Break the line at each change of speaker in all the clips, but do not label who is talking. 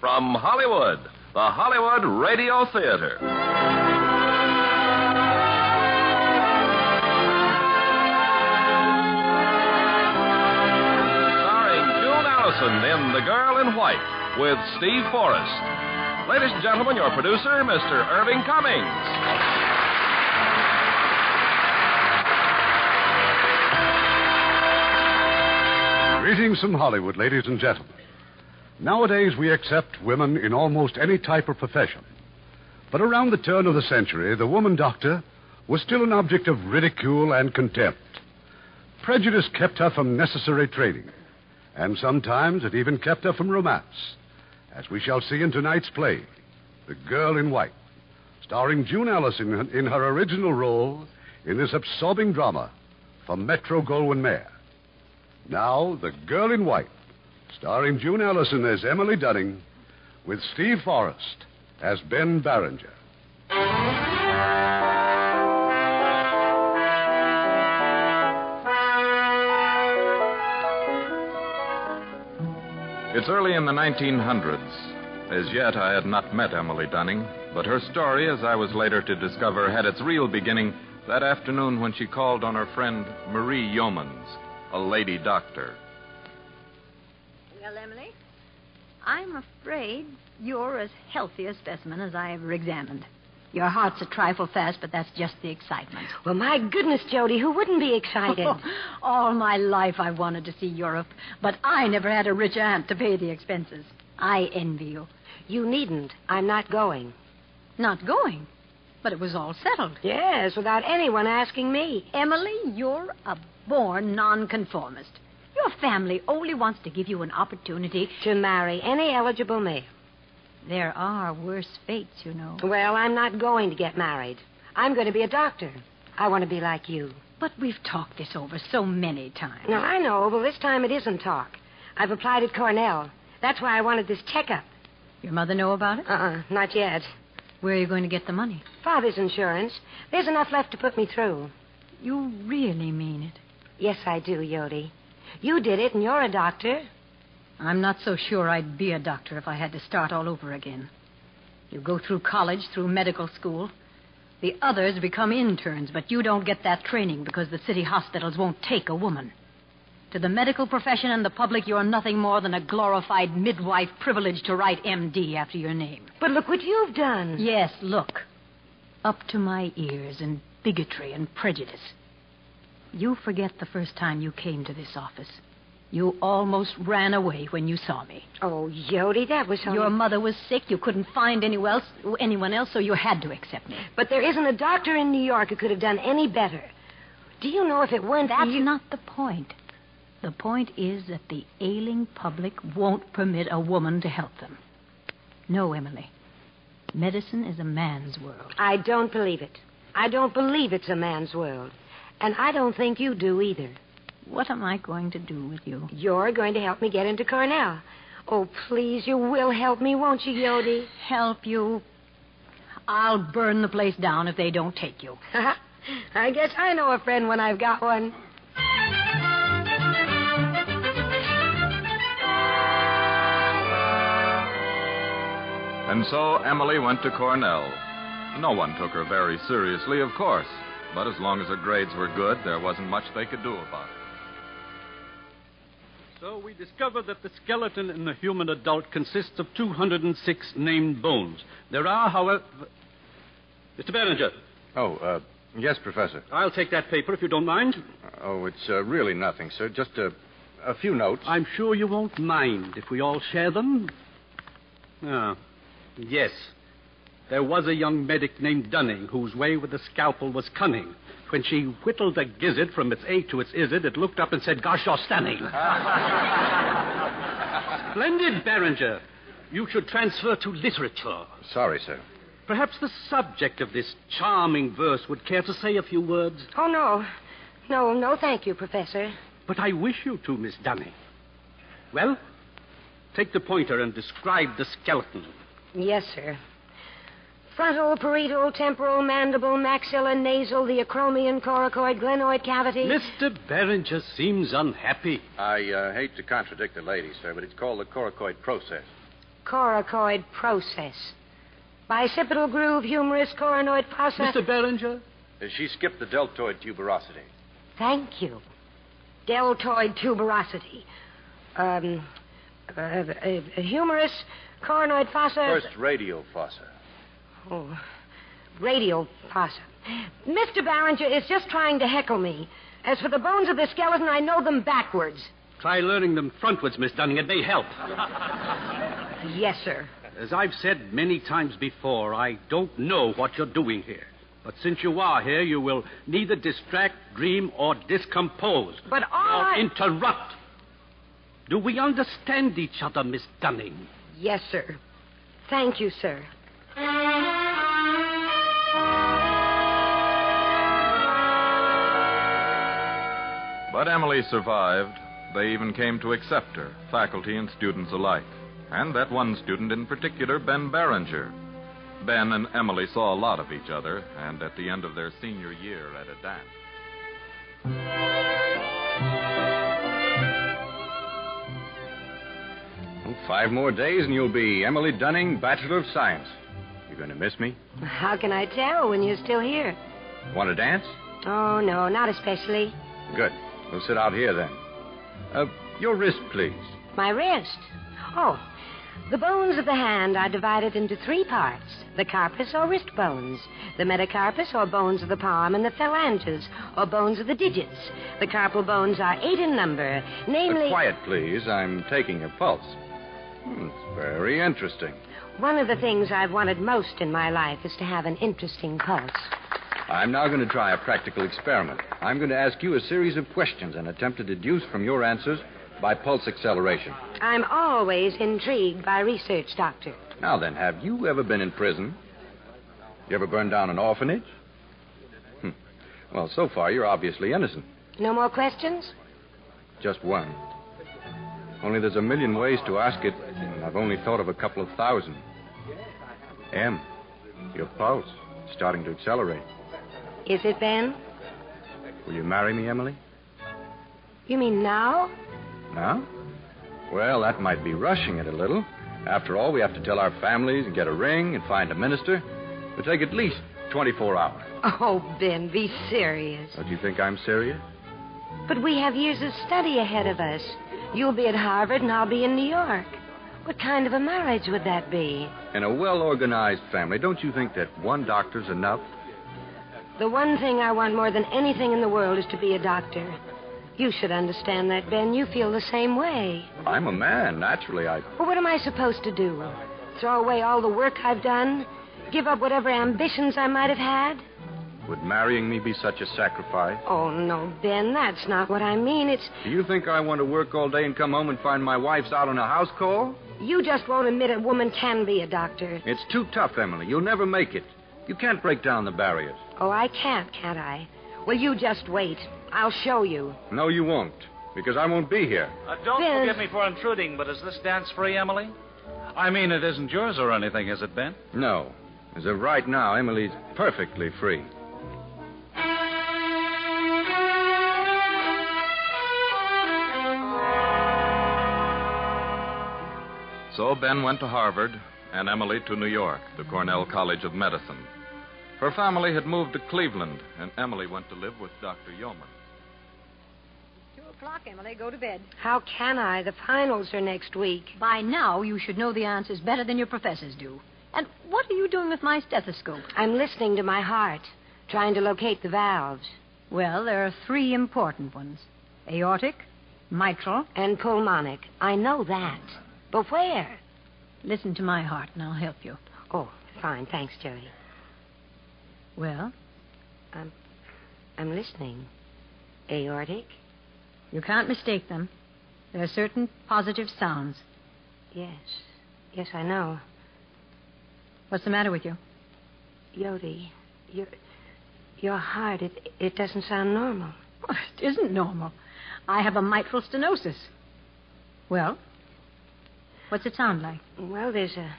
From Hollywood, the Hollywood Radio Theater. Starring June Allison in The Girl in White with Steve Forrest. Ladies and gentlemen, your producer, Mr. Irving Cummings.
Greetings from Hollywood, ladies and gentlemen. Nowadays, we accept women in almost any type of profession. But around the turn of the century, the woman doctor was still an object of ridicule and contempt. Prejudice kept her from necessary training, and sometimes it even kept her from romance, as we shall see in tonight's play, The Girl in White, starring June Allison in her- in her original role in this absorbing drama from Metro Goldwyn Mayer. Now, The Girl in White, starring June Allison as Emily Dunning, with Steve Forrest as Ben Barringer.
It's early in the 1900s. As yet, I had not met Emily Dunning, but her story, as I was later to discover, had its real beginning that afternoon when she called on her friend Marie Yeomans, a lady doctor.
Well, Emily, I'm afraid you're as healthy a specimen as I ever examined. Your heart's a trifle fast, but that's just the excitement.
Well, my goodness, Jody, who wouldn't be excited?
All my life I've wanted to see Europe, but I never had a rich aunt to pay the expenses. I envy you.
you needn't. I'm not going.
Not going, but it was all settled.
Yes, without anyone asking me.
Emily, you're a born nonconformist. Your family only wants to give you an opportunity.
To marry any eligible male.
There are worse fates, you know.
Well, I'm not going to get married. I'm going to be a doctor. I want to be like you.
But we've talked this over so many times.
No, I know, but this time it isn't talk. I've applied at Cornell. That's why I wanted this checkup.
Your mother know about it?
Uh-uh, not yet.
Where are you going to get the money?
Father's insurance. There's enough left to put me through.
You really mean it.
Yes, I do, Yodi. You did it, and you're a doctor.
I'm not so sure I'd be a doctor if I had to start all over again. You go through college, through medical school. The others become interns, but you don't get that training because the city hospitals won't take a woman. To the medical profession and the public, you're nothing more than a glorified midwife privileged to write MD after your name.
But look what you've done.
Yes, look. Up to my ears in bigotry and prejudice. You forget the first time you came to this office. You almost ran away when you saw me.
Oh, Yodi, that was so...
Your mother was sick. You couldn't find any else, anyone else, so you had to accept me.
But there isn't a doctor in New York who could have done any better. Do you know if it weren't
That's
for you...
not the point. The point is that the ailing public won't permit a woman to help them. No, Emily. Medicine is a man's world.
I don't believe it. I don't believe it's a man's world. And I don't think you do either.
What am I going to do with you?
You're going to help me get into Cornell. Oh, please, you will help me, won't you, Yodi?
help you. I'll burn the place down if they don't take you.
I guess I know a friend when I've got one.
And so Emily went to Cornell. No one took her very seriously, of course, but as long as her grades were good, there wasn't much they could do about it.
So we discover that the skeleton in the human adult consists of 206 named bones. There are, however. Mr. Barringer,
Oh, uh, yes, Professor.
I'll take that paper if you don't mind.
Oh, it's uh, really nothing, sir. Just a, a few notes.
I'm sure you won't mind if we all share them. Ah, yes. There was a young medic named Dunning whose way with the scalpel was cunning. When she whittled a gizzard from its A to its izzard, it looked up and said, Gosh, you're stunning. Splendid, Barringer. You should transfer to literature.
Sorry, sir.
Perhaps the subject of this charming verse would care to say a few words.
Oh, no. No, no, thank you, Professor.
But I wish you to, Miss Dunning. Well, take the pointer and describe the skeleton.
Yes, sir. Frontal, parietal, temporal, mandible, maxilla, nasal, the acromion, coracoid, glenoid cavity.
Mr. Beringer seems unhappy.
I uh, hate to contradict the lady, sir, but it's called the coracoid process.
Coracoid process. Bicipital groove, humerus, coronoid process.
Mr. Beringer?
Uh, She skipped the deltoid tuberosity.
Thank you. Deltoid tuberosity. Um, uh, uh, humerus, coronoid fossa.
First radio fossa.
Oh, radio fossa. Mr. Barringer is just trying to heckle me. As for the bones of the skeleton, I know them backwards.
Try learning them frontwards, Miss Dunning. It may help.
Yes, sir.
As I've said many times before, I don't know what you're doing here. But since you are here, you will neither distract, dream, or discompose.
But all
or
I-
interrupt. Do we understand each other, Miss Dunning?
Yes, sir. Thank you, sir.
But Emily survived. They even came to accept her, faculty and students alike. And that one student in particular, Ben Barringer. Ben and Emily saw a lot of each other, and at the end of their senior year at a dance.
Well, Oh, Five more days and you'll be Emily Dunning, Bachelor of Science. You're going to miss me?
How can I tell when you're still here?
Want to dance?
Oh, no, not especially.
Good. We'll sit out here then. Uh, your wrist, please.
My wrist. Oh, the bones of the hand are divided into three parts the carpus or wrist bones, the metacarpus or bones of the palm, and the phalanges or bones of the digits. The carpal bones are eight in number,
Uh,
namely.
quiet, please. I'm taking a pulse. Hmm, it's very interesting.
One of the things I've wanted most in my life is to have an interesting pulse.
I'm now going to try a practical experiment. I'm going to ask you a series of questions and attempt to deduce from your answers by pulse acceleration.
I'm always intrigued by research, Doctor.
Now then, have you ever been in prison? You ever burned down an orphanage? Hmm. Well, so far, you're obviously innocent.
No more questions?
Just one. Only there's a million ways to ask it, and I've only thought of a couple of thousand. M, your pulse is starting to accelerate.
Is it Ben?
Will you marry me, Emily?
You mean now?
Now? Well, that might be rushing it a little. After all, we have to tell our families and get a ring and find a minister. It'll take at least 24 hours.
Oh, Ben, be serious.
Don't you think I'm serious?
But we have years of study ahead of us. You'll be at Harvard and I'll be in New York. What kind of a marriage would that be?
In a well organized family, don't you think that one doctor's enough?
The one thing I want more than anything in the world is to be a doctor. You should understand that, Ben. You feel the same way.
I'm a man, naturally. I.
Well, what am I supposed to do? Throw away all the work I've done? Give up whatever ambitions I might have had?
Would marrying me be such a sacrifice?
Oh, no, Ben, that's not what I mean. It's.
Do you think I want to work all day and come home and find my wife's out on a house call?
You just won't admit a woman can be a doctor.
It's too tough, Emily. You'll never make it. You can't break down the barriers.
Oh, I can't, can't I? Well, you just wait. I'll show you.
No, you won't, because I won't be here.
Uh, don't
Ben.
forgive me for intruding, but is this dance free, Emily? I mean, it isn't yours or anything, is it, Ben?
No. As of right now, Emily's perfectly free.
So Ben went to Harvard and Emily to New York, the Cornell College of Medicine. Her family had moved to Cleveland, and Emily went to live with Dr. Yeoman.
Two o'clock, Emily. Go to bed.
How can I? The finals are next week.
By now, you should know the answers better than your professors do. And what are you doing with my stethoscope?
I'm listening to my heart, trying to locate the valves
Well, there are three important ones aortic, mitral.
and pulmonic. I know that. But where?
Listen to my heart, and I'll help you.
Oh, fine. Thanks, Jerry.
Well,
I'm listening. Aortic?
you can't mistake them. There are certain positive sounds.
Yes. Yes, I know.
What's the matter with you?
Yodi, your, your heart, it, it doesn't sound normal.
Well, it isn't normal. I have a mitral stenosis. Well, what's it sound like?
Well, there's a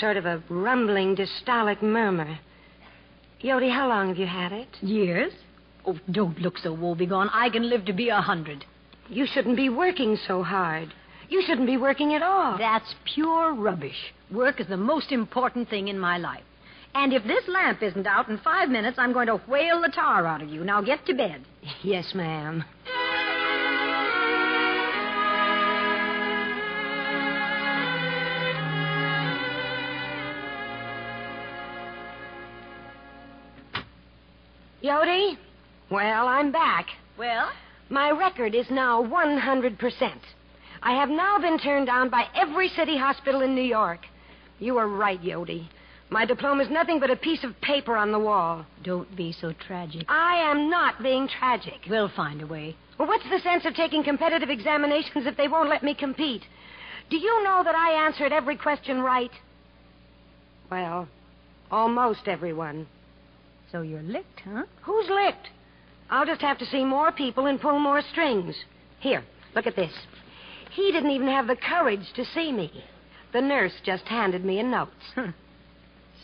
sort of a rumbling dystolic murmur. Yodi, how long have you had it?
Years? Oh, don't look so woebegone. I can live to be a hundred.
You shouldn't be working so hard. You shouldn't be working at all.
That's pure rubbish. Work is the most important thing in my life. And if this lamp isn't out in five minutes, I'm going to whale the tar out of you. Now get to bed.
Yes, ma'am. Yodi? Well, I'm back.
Well?
My record is now 100%. I have now been turned down by every city hospital in New York. You were right, Yodi. My diploma is nothing but a piece of paper on the wall.
Don't be so tragic.
I am not being tragic.
We'll find a way.
Well, what's the sense of taking competitive examinations if they won't let me compete? Do you know that I answered every question right? Well, almost everyone.
So you're licked, huh?
Who's licked? I'll just have to see more people and pull more strings. Here, look at this. He didn't even have the courage to see me. The nurse just handed me a note.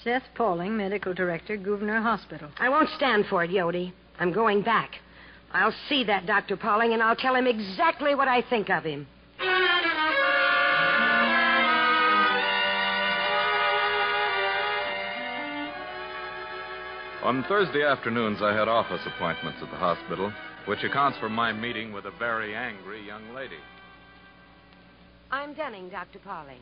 Seth Pauling, Medical Director, Gouverneur Hospital.
I won't stand for it, Yodi. I'm going back. I'll see that Dr. Pauling and I'll tell him exactly what I think of him.
On Thursday afternoons, I had office appointments at the hospital, which accounts for my meeting with a very angry young lady.
I'm Dunning, Dr. Pauling.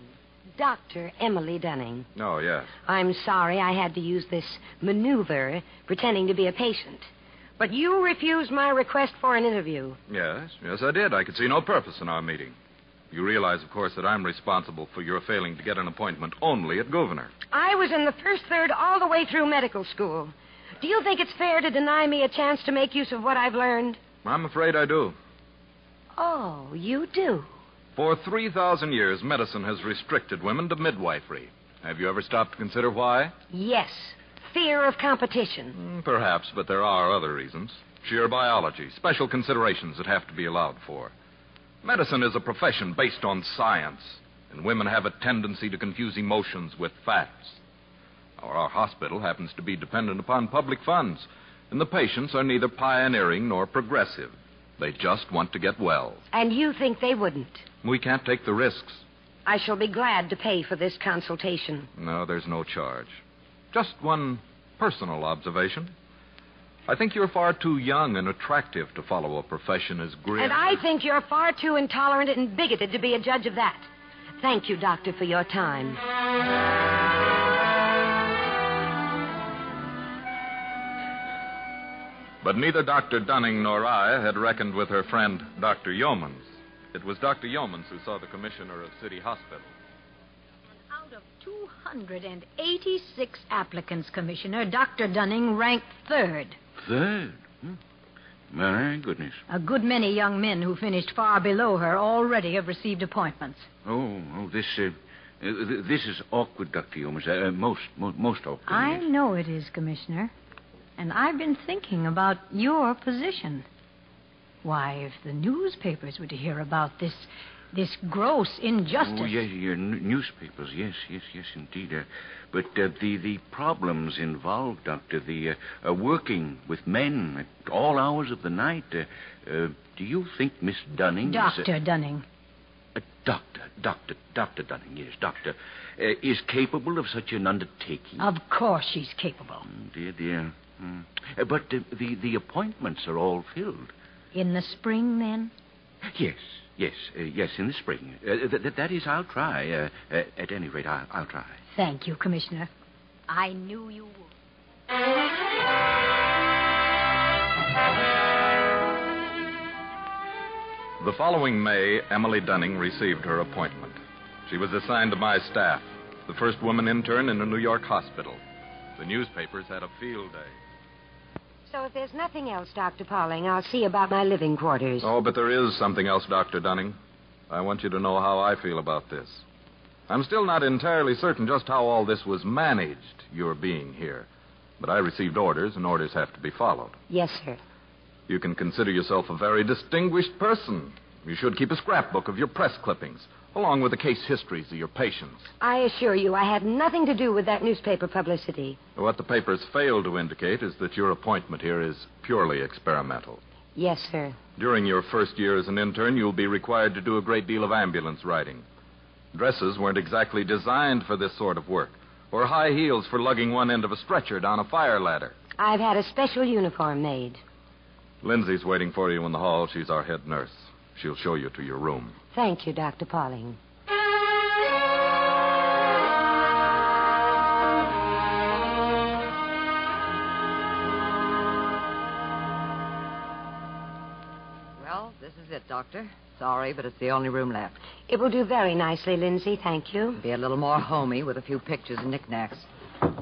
Dr. Emily Dunning.
Oh, yes.
I'm sorry I had to use this maneuver pretending to be a patient. But you refused my request for an interview.
Yes, yes, I did. I could see no purpose in our meeting. You realize, of course, that I'm responsible for your failing to get an appointment only at Governor.
I was in the first third all the way through medical school. Do you think it's fair to deny me a chance to make use of what I've learned?
I'm afraid I do.
Oh, you do?
For 3,000 years, medicine has restricted women to midwifery. Have you ever stopped to consider why?
Yes. Fear of competition.
Mm, Perhaps, but there are other reasons. Sheer biology, special considerations that have to be allowed for. Medicine is a profession based on science, and women have a tendency to confuse emotions with facts. Our, our hospital happens to be dependent upon public funds, and the patients are neither pioneering nor progressive. They just want to get well.
And you think they wouldn't.
We can't take the risks.
I shall be glad to pay for this consultation.
No, there's no charge. Just one personal observation. I think you're far too young and attractive to follow a profession as grim.
And I think you're far too intolerant and bigoted to be a judge of that. Thank you, Doctor, for your time.
But neither Dr. Dunning nor I had reckoned with her friend, Dr. Yeomans. It was Dr. Yeomans who saw the commissioner of City Hospital.
Out of 286 applicants, Commissioner, Dr. Dunning ranked third.
Third? Hmm. My goodness.
A good many young men who finished far below her already have received appointments.
Oh, oh this, uh, uh, th- this is awkward, Dr. Yomas. Uh, uh, most, mo- most awkward.
I
yes.
know it is, Commissioner. And I've been thinking about your position. Why, if the newspapers were to hear about this this gross injustice.
Oh, yes, your n- newspapers. Yes, yes, yes, indeed. Uh, but uh, the the problems involved, Doctor, the uh, uh, working with men at all hours of the night. Uh, uh, do you think Miss Dunning? Is,
Dr.
uh,
Dunning.
uh, doctor, doctor, Doctor Dunning. Yes, Doctor, uh, is capable of such an undertaking.
Of course she's capable.
Mm, Dear, dear. Mm. Uh, but uh, the the appointments are all filled.
In the spring, then?
Yes, yes, uh, yes. In the spring, uh, th- th- that is, I'll try. Uh, uh, at any rate, I'll, I'll try.
Thank you, Commissioner. I knew you would.
The following May, Emily Dunning received her appointment. She was assigned to my staff, the first woman intern in a New York hospital. The newspapers had a field day.
So if there's nothing else, Dr. Pauling, I'll see about my living quarters.
Oh, but there is something else, Dr. Dunning. I want you to know how I feel about this. I'm still not entirely certain just how all this was managed, your being here. But I received orders, and orders have to be followed.
Yes, sir.
You can consider yourself a very distinguished person. You should keep a scrapbook of your press clippings, along with the case histories of your patients.
I assure you, I had nothing to do with that newspaper publicity.
What the papers fail to indicate is that your appointment here is purely experimental.
Yes, sir.
During your first year as an intern, you'll be required to do a great deal of ambulance riding. Dresses weren't exactly designed for this sort of work, or high heels for lugging one end of a stretcher down a fire ladder.
I've had a special uniform made.
Lindsay's waiting for you in the hall. She's our head nurse. She'll show you to your room.
Thank you, Dr. Pauling.
Well, this is it, Doctor. Sorry, but it's the only room left.
It will do very nicely, Lindsay. Thank you.
Be a little more homey with a few pictures and knickknacks.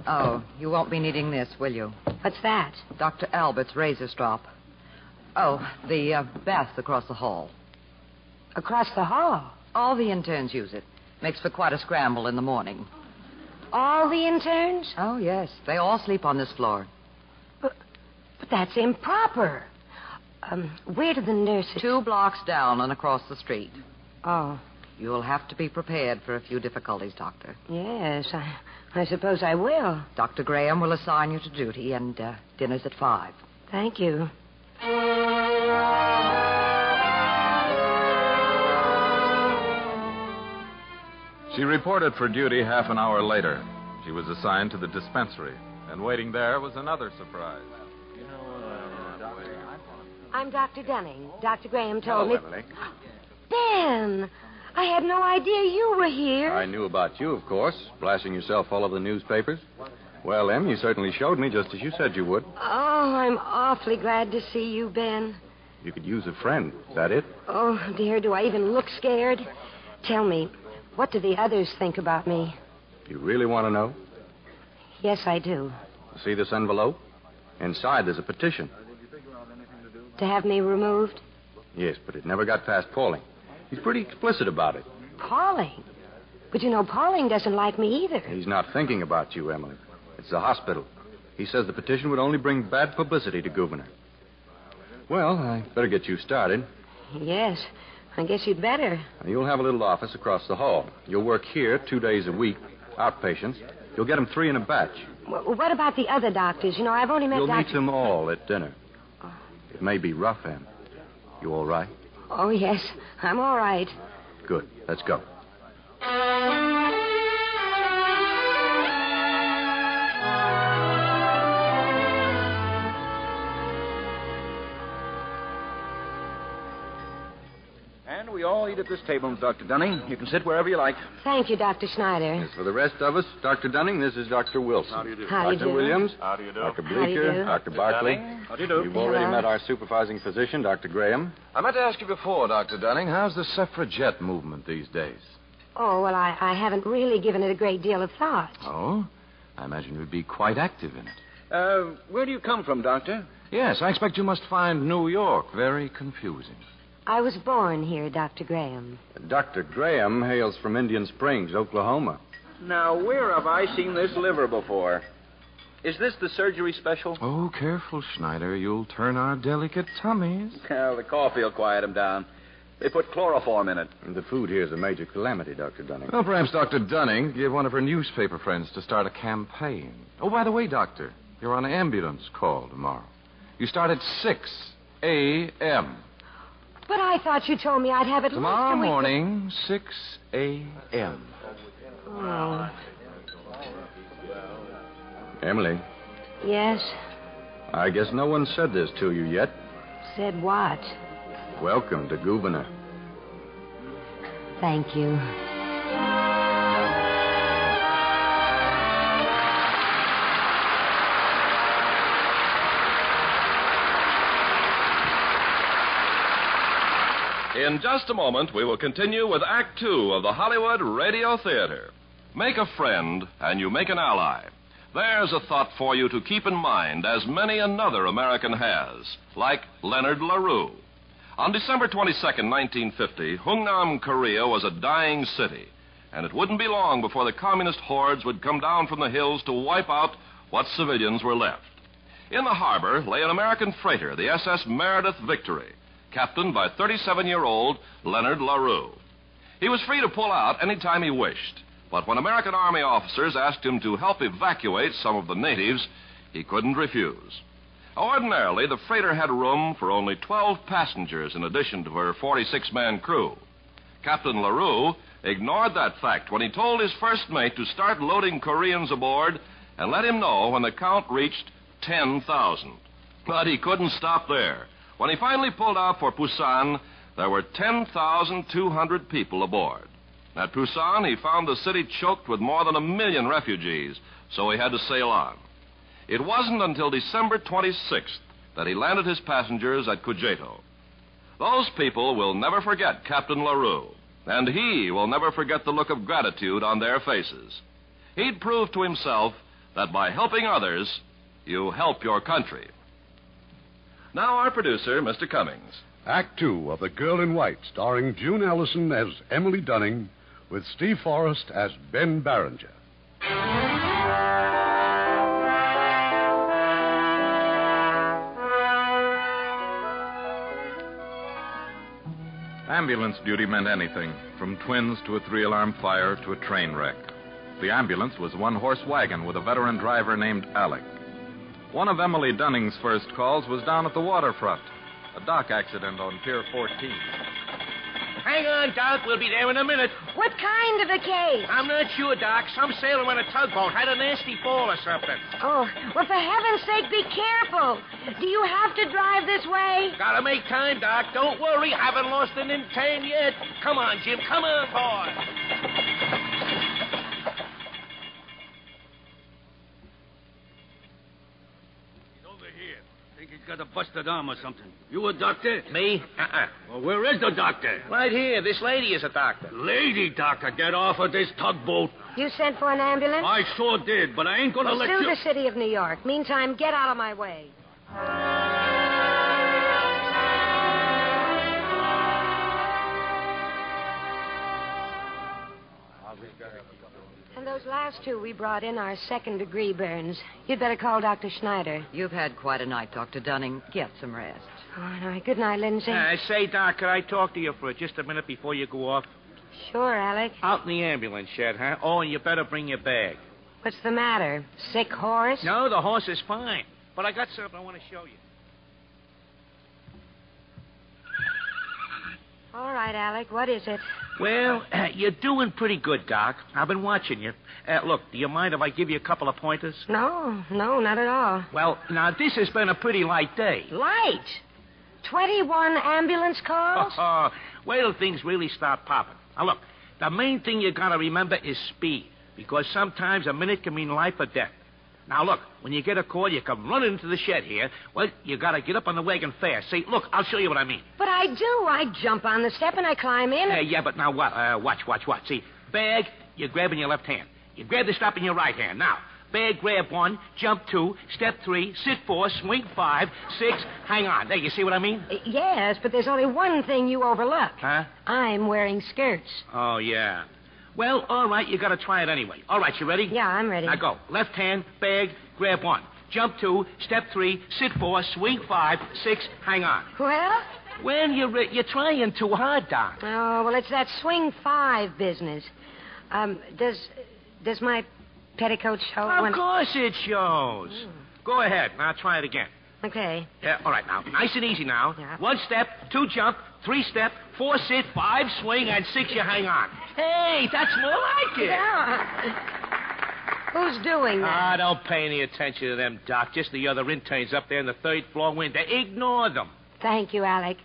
Oh, you won't be needing this, will you?
What's that?
Dr. Albert's razor strop. Oh, the uh, bath across the hall.
Across the hall.
All the interns use it. Makes for quite a scramble in the morning.
All the interns?
Oh, yes. They all sleep on this floor.
But, but that's improper. Um, where do the nurses?
Two blocks down and across the street.
Oh,
You'll have to be prepared for a few difficulties, Doctor.
yes. I, I suppose I will.
Dr. Graham will assign you to duty, and uh, dinner's at five.
Thank you.
She reported for duty half an hour later. She was assigned to the dispensary, and waiting there was another surprise.
I'm Dr. Dunning. Dr. Graham told me. Ben, I had no idea you were here.
I knew about you, of course, splashing yourself all over the newspapers. Well, Em, you certainly showed me just as you said you would.
Oh, I'm awfully glad to see you, Ben.
You could use a friend. Is that it?
Oh, dear, do I even look scared? Tell me, what do the others think about me?
You really want to know?
Yes, I do.
See this envelope? Inside there's a petition.
To have me removed?
Yes, but it never got past Pauling. He's pretty explicit about it.
Pauling. But you know, Pauling doesn't like me either.
He's not thinking about you, Emily. It's the hospital. He says the petition would only bring bad publicity to Gouverneur. Well, I better get you started.
Yes, I guess you'd better.
You'll have a little office across the hall. You'll work here two days a week, outpatients. You'll get 'em three in a batch.
W- what about the other doctors? You know, I've only met
You'll
Dr.
meet them all at dinner. It may be rough, Em. You all right?
Oh, yes, I'm all right.
Good. Let's go.
And we all eat at this table, Dr. Dunning. You can sit wherever you like.
Thank you, Dr. Schneider.
As for the rest of us, Dr. Dunning, this is Dr. Wilson. How do you do?
How do you
Dr.
do?
Williams.
How do you do?
Dr.
do you
Bleeker.
do?
Dr. Barkley.
How do you do?
You've already
Hello.
met our supervising physician, Dr. Graham.
I meant to ask you before, Dr. Dunning, how's the suffragette movement these days?
Oh, well, I, I haven't really given it a great deal of thought.
Oh? I imagine you'd be quite active in it.
Uh, where do you come from, Doctor?
Yes, I expect you must find New York very confusing.
I was born here, Dr. Graham.
Dr. Graham hails from Indian Springs, Oklahoma.
Now, where have I seen this liver before? Is this the surgery special?
Oh, careful, Schneider. You'll turn our delicate tummies.
Well, the coffee will quiet him down. They put chloroform in it.
And the food here is a major calamity, Dr. Dunning.
Well, perhaps Dr. Dunning could give one of her newspaper friends to start a campaign. Oh, by the way, Doctor, you're on an ambulance call tomorrow. You start at 6 a.m.
But I thought you told me I'd have it
Tomorrow morning, 6 a.m.
Emily,
Yes.
I guess no one said this to you yet.
Said what?
Welcome to Gouverneur.
Thank you.
In just a moment, we will continue with Act Two of the Hollywood Radio Theater. Make a friend, and you make an ally. There's a thought for you to keep in mind, as many another American has, like Leonard LaRue. On December 22, 1950, Hungnam, Korea was a dying city. and it wouldn't be long before the communist hordes would come down from the hills to wipe out what civilians were left. In the harbor lay an American freighter, the SS Meredith Victory, captained by 37 year old Leonard LaRue. He was free to pull out any time he wished, but when American Army officers asked him to help evacuate some of the natives, he couldn't refuse. Ordinarily, the freighter had room for only 12 passengers in addition to her 46 man crew. Captain LaRue ignored that fact when he told his first mate to start loading Koreans aboard and let him know when the count reached 10,000. But he couldn't stop there. When he finally pulled out for Busan, there were 10,200 people aboard. At Busan, he found the city choked with more than a million refugees, so he had to sail on. It wasn't until December 26th that he landed his passengers at Cujeto. Those people will never forget Captain LaRue, and he will never forget the look of gratitude on their faces. He'd proved to himself that by helping others, you help your country. Now, our producer, Mr. Cummings.
Act two of The Girl in White, starring June Allison as Emily Dunning, with Steve Forrest as Ben Barringer.
Ambulance duty meant anything, from twins to a three alarm fire to a train wreck. The ambulance was one horse wagon with a veteran driver named Alec. One of Emily Dunning's first calls was down at the waterfront, a dock accident on Pier 14.
Hang on, Doc. We'll be there in a minute.
What kind of a case?
I'm not sure, Doc. Some sailor on a tugboat had a nasty fall or something.
Oh, well, for heaven's sake, be careful. Do you have to drive this way?
Gotta make time, Doc. Don't worry. Haven't lost an intent yet. Come on, Jim. Come on, boy.
Think he's got a busted arm or something. You a doctor?
Me? Uh-uh.
Well, where is the doctor?
Right here. This lady is a doctor.
Lady doctor, get off of this tugboat.
You sent for an ambulance?
I sure did, but I ain't gonna let
Sue
you.
the city of New York. Meantime, get out of my way. And those last two we brought in are second degree burns. You'd better call Dr. Schneider.
You've had quite a night, Dr. Dunning. Get some rest.
All right. Oh, Good night, Lindsay.
Uh, say, Doc, could I talk to you for just a minute before you go off?
Sure, Alec.
Out in the ambulance shed, huh? Oh, and you better bring your bag.
What's the matter? Sick horse?
No, the horse is fine. But I got something I want to show you.
All right, Alec. What is it?
Well, uh, you're doing pretty good, Doc. I've been watching you. Uh, look, do you mind if I give you a couple of pointers?
No, Oh, no, not at all.
Well, now, this has been a pretty light day.
Light? 21 ambulance calls?
Wait till things really start popping. Now, look, the main thing you got to remember is speed, because sometimes a minute can mean life or death. Now, look, when you get a call, you come running into the shed here. Well, you got to get up on the wagon fast. See, look, I'll show you what I mean.
But I do. I jump on the step and I climb in.
Uh, yeah, but now what? Uh, watch, watch, watch. See, bag, you grab in your left hand. You grab the stop in your right hand. Now, bag, grab one, jump two, step three, sit four, swing five, six. Hang on. There, you see what I mean?
Uh, Yes, but there's only one thing you overlook.
Huh?
I'm wearing skirts.
Oh, yeah. Well, all right, you got to try it anyway. All right, you ready?
Yeah, I'm ready.
Now go. Left hand, bag, grab one. Jump two, step three, sit four, swing five, six, hang on.
Well?
Well, you're, re- you're trying too hard, Doc.
Oh, well, it's that swing five business. Um, does does my petticoat show
of
when... Hmm.
course it shows. Go ahead. Now try it again.
Okay.
Yeah, all right, now. Nice and easy now. One step, two jump, three step, four sit, five swing, and six you hang on. Hey, that's more like it.
Yeah. Who's doing
Ah,
that?
don't pay any attention to them, Doc. Just the other interns up there in the third floor window. Ignore them.
Thank you, Alec.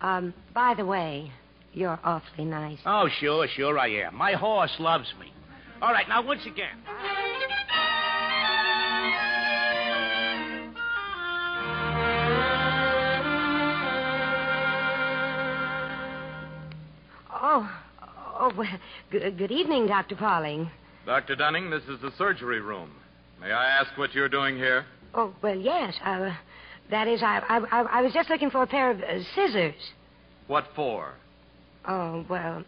Um, by the way, you're awfully nice.
Oh, sure, sure I am. My horse loves me. All right, now once again.
Oh, oh, well, good, good evening, Dr. Pauling.
Dr. Dunning, this is the surgery room. May I ask what you're doing here?
Oh, well, yes. Uh, that is, I, I, I, I was just looking for a pair of uh, scissors.
What for?
Oh, well,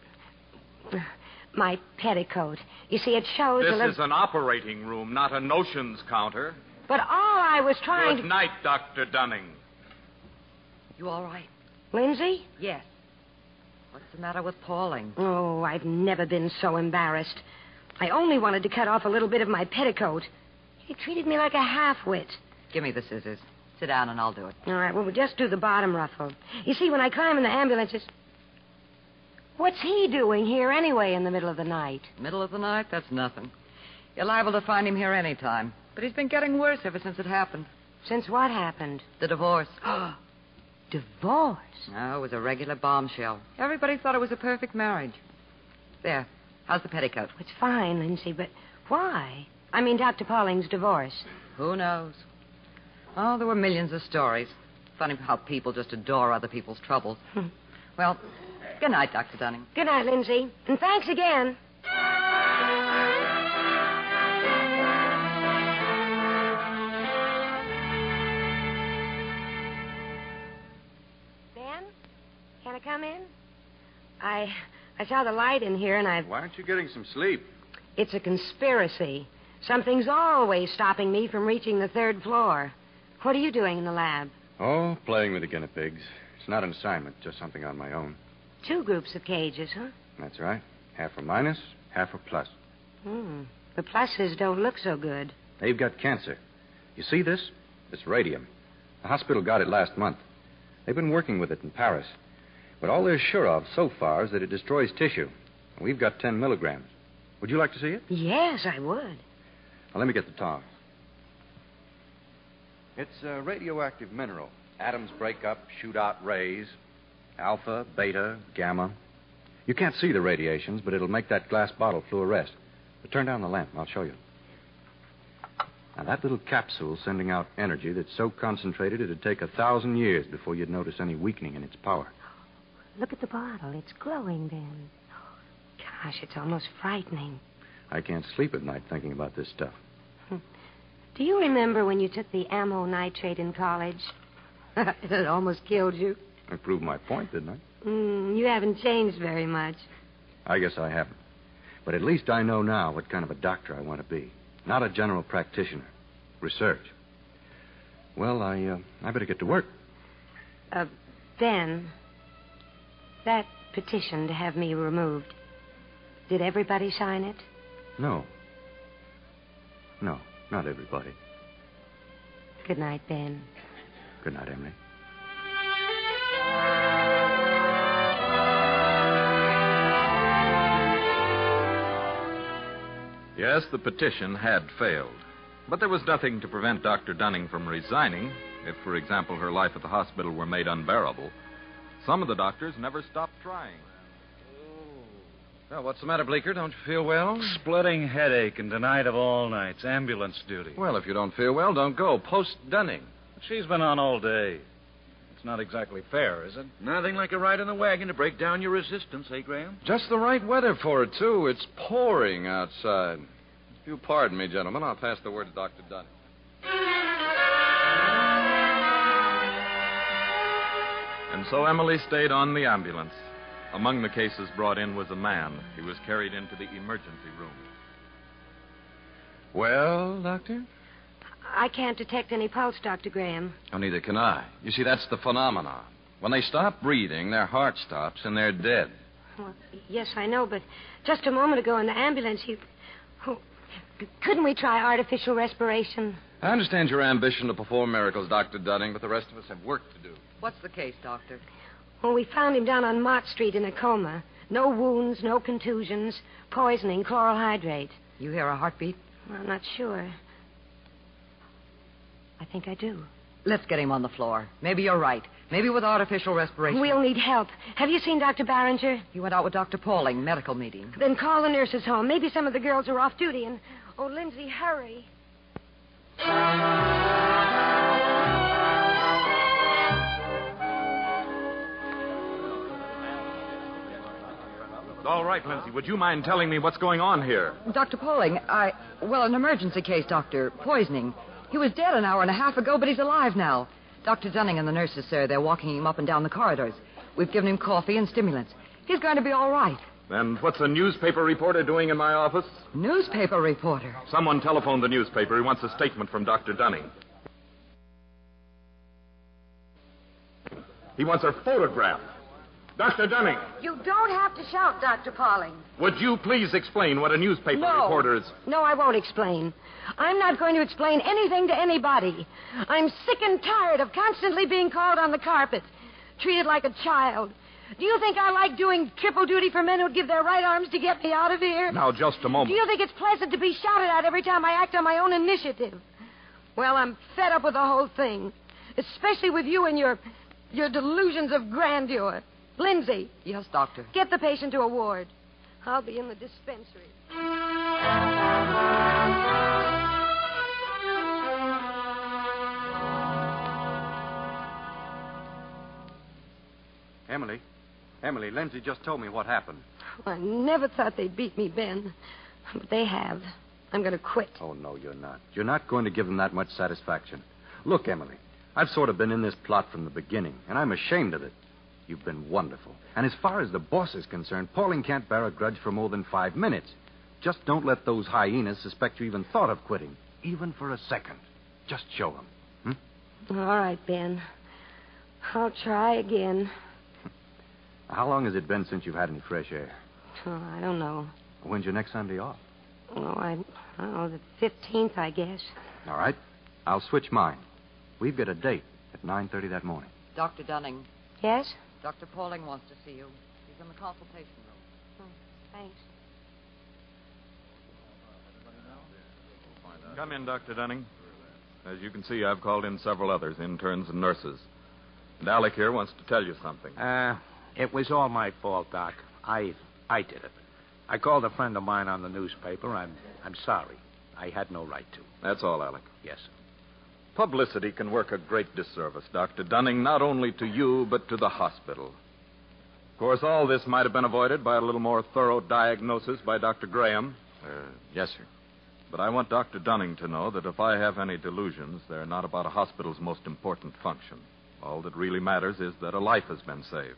my petticoat. You see, it shows a
This
little.
is an operating room, not a notions counter.
But all I was trying
Good
to.
night, Dr. Dunning.
You all right?
Lindsay?
Yes. What's the matter with Pauling?
Oh, I've never been so embarrassed. I only wanted to cut off a little bit of my petticoat. He treated me like a half-wit.
Give me the scissors. Sit down and I'll do it.
All right, well, we'll just do the bottom ruffle. You see, when I climb in the ambulance, it's... What's he doing here anyway in the middle of the night?
Middle of the night? That's nothing. You're liable to find him here any time. But he's been getting worse ever since it happened.
Since what happened?
The divorce.
Divorce?
No, it was a regular bombshell. Everybody thought it was a perfect marriage. There. How's the petticoat?
It's fine, Lindsay, but why? I mean, Dr. Pauling's divorce.
Who knows? Oh, there were millions of stories. Funny how people just adore other people's troubles.
Hmm.
well, good night, Dr. Dunning.
Good night, Lindsay. And thanks again. Ben, can I come in? I I saw the light in here and I
Why aren't you getting some sleep?
it's a conspiracy. Something's always stopping me from reaching the third floor. What are you doing in the lab?
Oh, playing with the guinea pigs. It's not an assignment, just something on my own.
Two groups of cages, huh?
That's right. Half a minus, half a plus.
Hmm. The pluses don't look so good.
They've got cancer. You see this? It's radium. The hospital got it last month. They've been working with it in Paris. But all they're sure of so far is that it destroys tissue. We've got 10 milligrams. Would you like to see it?
Yes, I would.
Now, let me get the tar. It's a radioactive mineral. Atoms break up, shoot out rays alpha, beta, gamma. You can't see the radiations, but it'll make that glass bottle fluoresce. But turn down the lamp, and I'll show you. Now, that little capsule sending out energy that's so concentrated it'd take a thousand years before you'd notice any weakening in its power.
Look at the bottle. It's glowing, Ben. Gosh, it's almost frightening.
I can't sleep at night thinking about this stuff.
Do you remember when you took the ammo nitrate in college? it almost killed you.
I proved my point, didn't I?
Mm, you haven't changed very much.
I guess I haven't. But at least I know now what kind of a doctor I want to be. Not a general practitioner. Research. Well, I uh, I better get to work.
Uh, ben, that petition to have me removed, did everybody sign it?
No. No, not everybody.
Good night, Ben.
Good night, Emily.
Yes, the petition had failed. But there was nothing to prevent Dr. Dunning from resigning if, for example, her life at the hospital were made unbearable. Some of the doctors never stopped trying.
Well, what's the matter, Bleeker? Don't you feel well? Splitting headache and tonight of all nights, ambulance duty.
Well, if you don't feel well, don't go. Post Dunning.
She's been on all day. It's not exactly fair, is it?
Nothing like a ride in the wagon to break down your resistance, eh, Graham?
Just the right weather for it, too. It's pouring outside. If you pardon me, gentlemen, I'll pass the word to Dr. Dunning.
And so Emily stayed on the ambulance. Among the cases brought in was a man. He was carried into the emergency room.
Well, Doctor?
I can't detect any pulse, Dr. Graham.
Oh, neither can I. You see, that's the phenomenon. When they stop breathing, their heart stops and they're dead.
Well, yes, I know, but just a moment ago in the ambulance, you. Oh, c- couldn't we try artificial respiration?
I understand your ambition to perform miracles, Dr. Dunning, but the rest of us have work to do.
What's the case, Doctor?
Well, we found him down on Mott Street in a coma. No wounds, no contusions, poisoning, chloral hydrate.
You hear a heartbeat?
Well, I'm not sure. I think I do.
Let's get him on the floor. Maybe you're right. Maybe with artificial respiration.
We'll need help. Have you seen Dr. Barringer?
He went out with Dr. Pauling, medical meeting.
Then call the nurses home. Maybe some of the girls are off duty and. Oh, Lindsay, hurry.
All right, Lindsay, would you mind telling me what's going on here?
Dr. Pauling, I. Well, an emergency case, Doctor. Poisoning. He was dead an hour and a half ago, but he's alive now. Dr. Dunning and the nurses, sir, they're walking him up and down the corridors. We've given him coffee and stimulants. He's going to be all right.
And what's a newspaper reporter doing in my office?
Newspaper reporter.
Someone telephoned the newspaper. He wants a statement from Dr. Dunning. He wants her photograph. Dr. Dunning,
You don't have to shout, Dr. Pauling.
would you please explain what a newspaper
No.
reporter is?
No, I won't explain. I'm not going to explain anything to anybody. I'm sick and tired of constantly being called on the carpet, treated like a child. Do you think I like doing triple duty for men who'd give their right arms to get me out of here?
Now, just a
Do
moment.
you think it's pleasant to be shouted at every time I act on my own initiative? Well, I'm fed up with the whole thing, especially with you and your your delusions of grandeur. Lindsay,
Yes, doctor.
get the patient to a ward. I'll be in the dispensary.
Emily. Emily, Lindsay just told me what happened.
I never thought they'd beat me, Ben, but they have. I'm going to quit.
Oh, no, you're not. You're not going to give them that much satisfaction. Look, Emily, I've sort of been in this plot from the beginning, and I'm ashamed of it. You've been wonderful. And as far as the boss is concerned, Pauling can't bear a grudge for more than five minutes. Just don't let those hyenas suspect you even thought of quitting, even for a second. Just show them.
All right, Ben. I'll try again.
How long has it been since you've had any fresh air?
Oh, I don't know.
When's your next Sunday off?
Oh, I, I don't know, the 15th, I guess.
All right. I'll switch mine. We've got a date at 9.30 that morning.
Dr. Dunning.
Yes?
Dr. Pauling wants to see you. He's in the consultation room.
Hmm. Thanks.
Come in, Dr. Dunning. As you can see, I've called in several others, interns and nurses. And Alec here wants to tell you something.
Uh, it was all my fault, Doc. I I did it. I called a friend of mine on the newspaper. I'm I'm sorry. I had no right to.
That's all, Alec.
Yes.
Publicity can work a great disservice, Dr. Dunning, not only to you, but to the hospital. Of course, all this might have been avoided by a little more thorough diagnosis by Dr. Graham.
Uh,
yes, sir.
But I want Dr. Dunning to know that if I have any delusions, they're not about a hospital's most important function. All that really matters is that a life has been saved.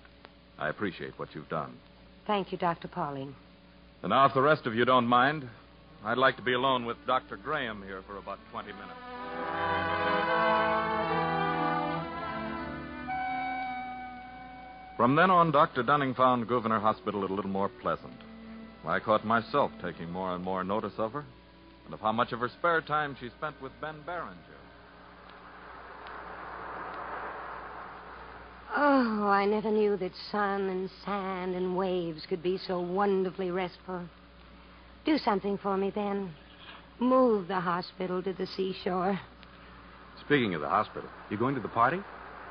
I appreciate what you've done.
Thank you, Dr. Pauling.
And now, if the rest of you don't mind, I'd like to be alone with Dr. Graham here for about 20 minutes. From then on, Dr. Dunning found Gouverneur Hospital a little more pleasant. I caught myself taking more and more notice of her and of how much of her spare time she spent with Ben Barringer.
Oh, I never knew that sun and sand and waves could be so wonderfully restful. Do something for me, Ben. Move the hospital to the seashore.
Speaking of the hospital, you going to the party?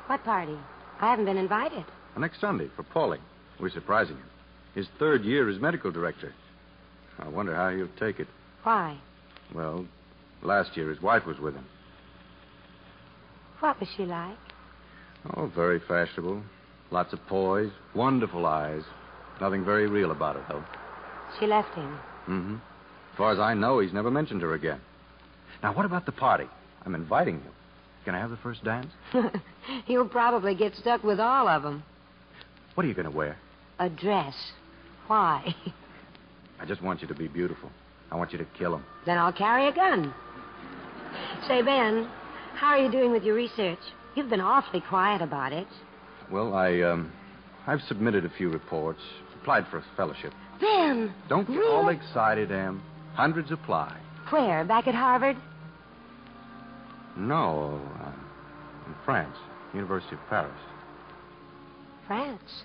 What party? I haven't been invited.
Next Sunday for Pauling. We're surprising him. His third year as medical director. I wonder how he'll take it.
Why?
Well, last year his wife was with him.
What was she like?
Oh, very fashionable. Lots of poise, wonderful eyes. Nothing very real about her, though.
She left him.
Mm-hmm. As far as I know, he's never mentioned her again. Now, what about the party? I'm inviting you. Can I have the first dance?
You'll probably get stuck with all of them.
What are you going to wear?
A dress. Why?
I just want you to be beautiful. I want you to kill him.
Then I'll carry a gun. Say, Ben, how are you doing with your research? You've been awfully quiet about it.
Well, I, um, I've submitted a few reports, applied for a fellowship.
Ben!
Don't get all excited, Em. Hundreds apply.
Where? Back at Harvard?
No, uh, in France, University of Paris.
France.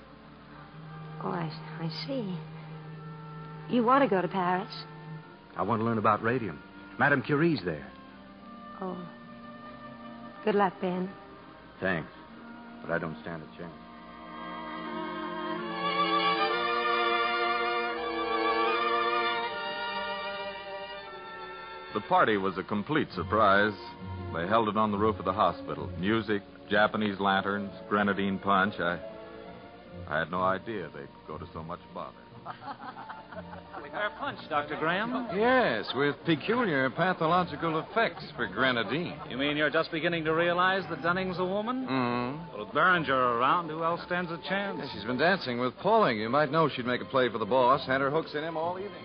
Oh, I, I see. You want to go to Paris?
I want to learn about radium. Madame Curie's there.
Oh. Good luck, Ben.
Thanks, but I don't stand a chance.
The party was a complete surprise. They held it on the roof of the hospital. Music, Japanese lanterns, grenadine punch. I, I had no idea they'd go to so much bother.
With our punch, Dr. Graham.
Yes, with peculiar pathological effects for grenadine.
You mean you're just beginning to realize that Dunning's a woman?
Mm-hmm.
Mm.
Well, with Berenger around, who else stands a chance?
She's been dancing with Pauling. You might know she'd make a play for the boss. Had her hooks in him all evening.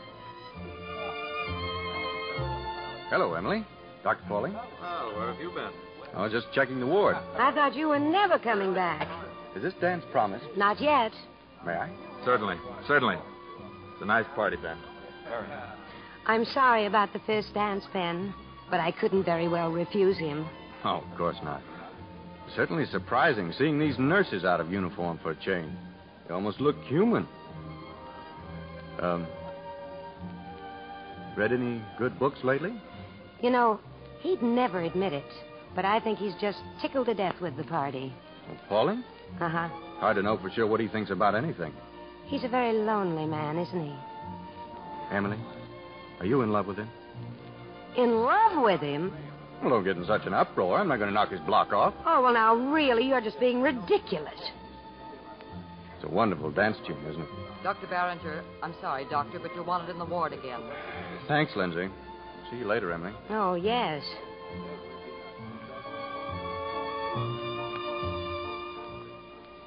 Hello, Emily.
Dr. Pauling?
Oh, where have you been?
I was just checking the ward.
I thought you were never coming back.
Is this Dan's promise?
Not yet.
May I?
Certainly, certainly. It's a nice party, Ben.
I'm sorry about the first dance, Ben, but I couldn't very well refuse him.
Oh, of course not. Certainly surprising seeing these nurses out of uniform for a change. They almost look human. Um, read any good books lately?
You know, he'd never admit it, but I think he's just tickled to death with the party.
Pauling?
Uh huh.
Hard to know for sure what he thinks about anything.
He's a very lonely man, isn't he?
Emily, are you in love with him?
In love with him?
Well, don't get in such an uproar. I'm not going to knock his block off.
Oh, well, now, really, you're just being ridiculous.
It's a wonderful dance tune, isn't it?
Dr. Barringer, I'm sorry, Doctor, but you're wanted in the ward again.
Thanks, Lindsay. See you later, Emily.
Oh, yes.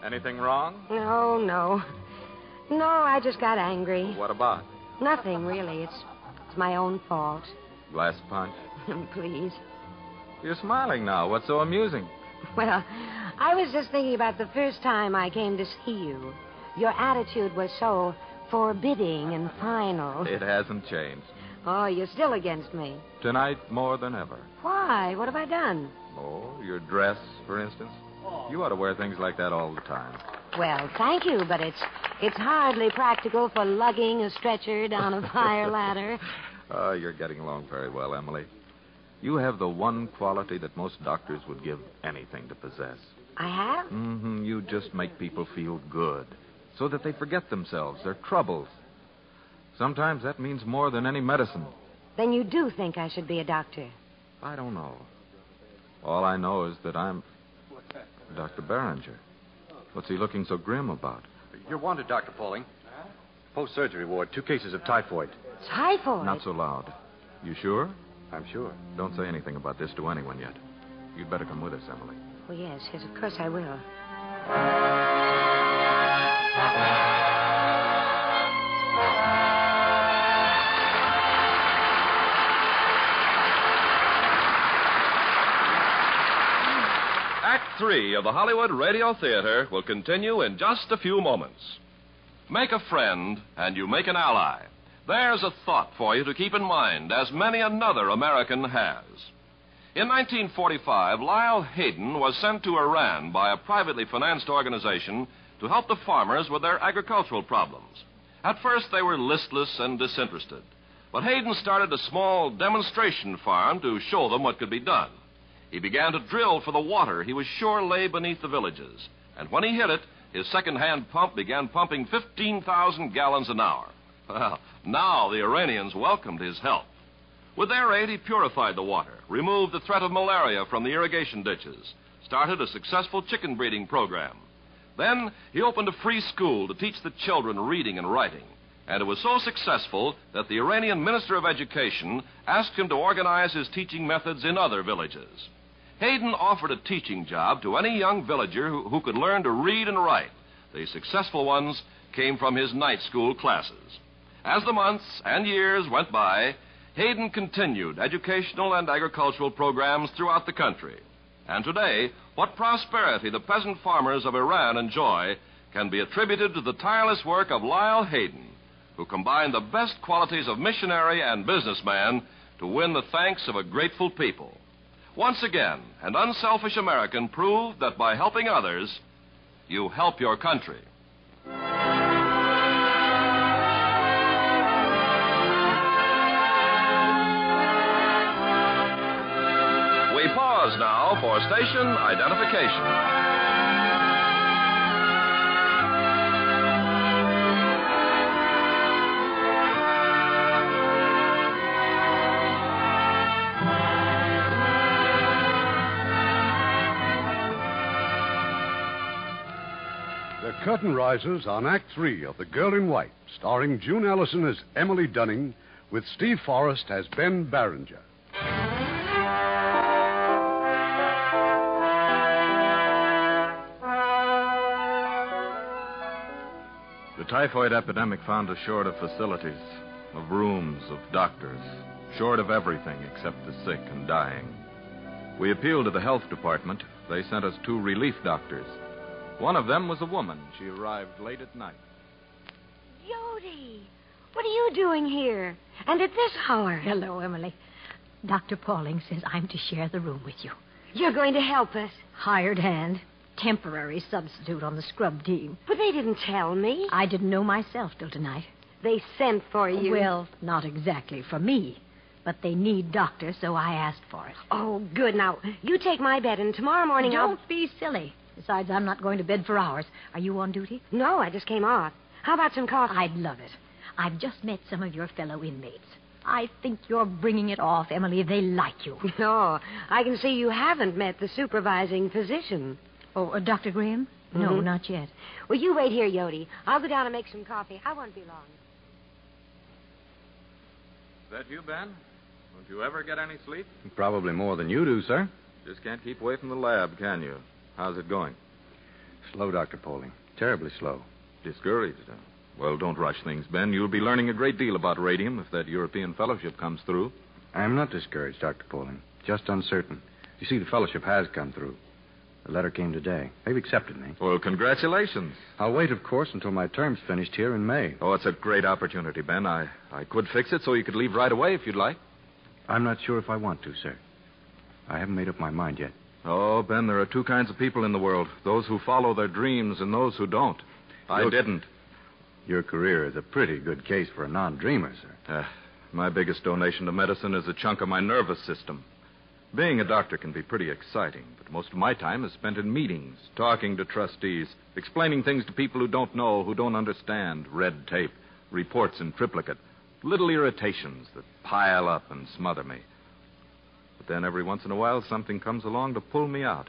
Anything wrong?
No, Oh, no. No, I just got angry.
What about?
Nothing, really. It's, it's my own fault.
Glass punch.
Please.
You're smiling now. What's so amusing?
Well, I was just thinking about the first time I came to see you. Your attitude was so forbidding and final.
It hasn't changed.
Oh, you're still against me.
Tonight, more than ever.
Why? What have I done?
Oh, your dress, for instance. You ought to wear things like that all the time.
Well, thank you, but it's it's hardly practical for lugging a stretcher down a fire ladder.
Oh, you're getting along very well, Emily. You have the one quality that most doctors would give anything to possess.
I have?
hmm You just make people feel good so that they forget themselves, their troubles. Sometimes that means more than any medicine.
Then you do think I should be a doctor.
I don't know. All I know is that I'm Dr. Barringer. What's he looking so grim about?
You're wanted, Dr. Pauling. Post surgery ward, two cases of typhoid.
Typhoid?
Not so loud. You sure?
I'm sure.
Don't say anything about this to anyone yet. You'd better come with us, Emily.
Oh, yes, yes, of course I will.
Act three of the Hollywood Radio Theater will continue in just a few moments. Make a friend and you make an ally. There's a thought for you to keep in mind, as many another American has. In 1945, Lyle Hayden was sent to Iran by a privately financed organization to help the farmers with their agricultural problems. At first, they were listless and disinterested, but Hayden started a small demonstration farm to show them what could be done. He began to drill for the water he was sure lay beneath the villages. And when he hit it, his second hand pump began pumping 15,000 gallons an hour. Well, now the Iranians welcomed his help. With their aid, he purified the water, removed the threat of malaria from the irrigation ditches, started a successful chicken breeding program. Then he opened a free school to teach the children reading and writing. And it was so successful that the Iranian Minister of Education asked him to organize his teaching methods in other villages. Hayden offered a teaching job to any young villager who, who could learn to read and write. The successful ones came from his night school classes. As the months and years went by, Hayden continued educational and agricultural programs throughout the country. And today, what prosperity the peasant farmers of Iran enjoy can be attributed to the tireless work of Lyle Hayden, who combined the best qualities of missionary and businessman to win the thanks of a grateful people. Once again, an unselfish American proved that by helping others, you help your country. We pause now for station identification.
The The curtain rises on Act Three of The Girl in White, starring June Allison as Emily Dunning, with Steve Forrest as Ben Barringer.
The typhoid epidemic found us short of facilities, of rooms, of doctors, short of everything except the sick and dying. We appealed to the health department. They sent us two relief doctors. One of them was a woman. She arrived late at night.
Jody, what are you doing here? And at this hour?
Hello, Emily. Dr. Pauling says I'm to share the room with you.
You're going to help us.
Hired hand, temporary substitute on the scrub team.
But they didn't tell me.
I didn't know myself till tonight.
They sent for you.
Well, not exactly for me, but they need doctors, so I asked for it.
Oh, good. Now, you take my bed, and tomorrow morning
Don't
I'll.
be silly. Besides, I'm not going to bed for hours. Are you on duty?
No, I just came off. How about some coffee?
I'd love it. I've just met some of your fellow inmates. I think you're bringing it off, Emily. They like you.
No, I can see you haven't met the supervising physician.
Oh, uh, Dr. Graham? No,
Mhm.
not yet.
Well, you wait here, Yodi. I'll go down and make some coffee. I won't be long.
Is that you, Ben? Don't you ever get any sleep?
Probably more than you do, sir.
Just can't keep away from the lab, can you? How's it going?
Slow, Dr. Poling. Terribly slow.
Discouraged. huh? Well, don't rush things, Ben. You'll be learning a great deal about radium if that European fellowship comes through.
I'm not discouraged, Dr. Poling. Just uncertain. You see, the fellowship has come through. The letter came today. They've accepted me.
Well, congratulations.
I'll wait, of course, until my term's finished here in May.
Oh, it's a great opportunity, Ben. I, I could fix it so you could leave right away if you'd like.
I'm not sure if I want to, sir. I haven't made up my mind yet.
Oh, Ben, there are two kinds of people in the world those who follow their dreams and those who don't. I
Look-
didn't.
Your career is a pretty good case for a non dreamer, sir.
Uh, my biggest donation to medicine is a chunk of my nervous system. Being a doctor can be pretty exciting, but most of my time is spent in meetings, talking to trustees, explaining things to people who don't know, who don't understand, red tape, reports in triplicate, little irritations that pile up and smother me. But then every once in a while, something comes along to pull me out.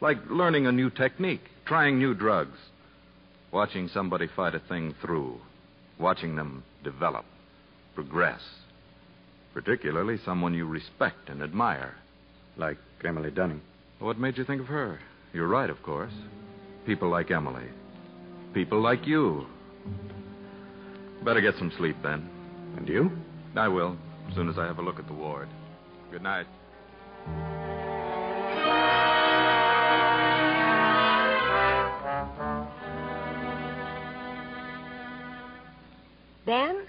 Like learning a new technique, trying new drugs, watching somebody fight a thing through, watching them develop progress. Particularly someone you respect and admire.
Like Emily Dunning.
What made you think of her? You're right, of course. People like Emily. People like you. Better get some sleep, Ben.
And you?
I will, as soon as I have a look at the ward. Good night.
Ben?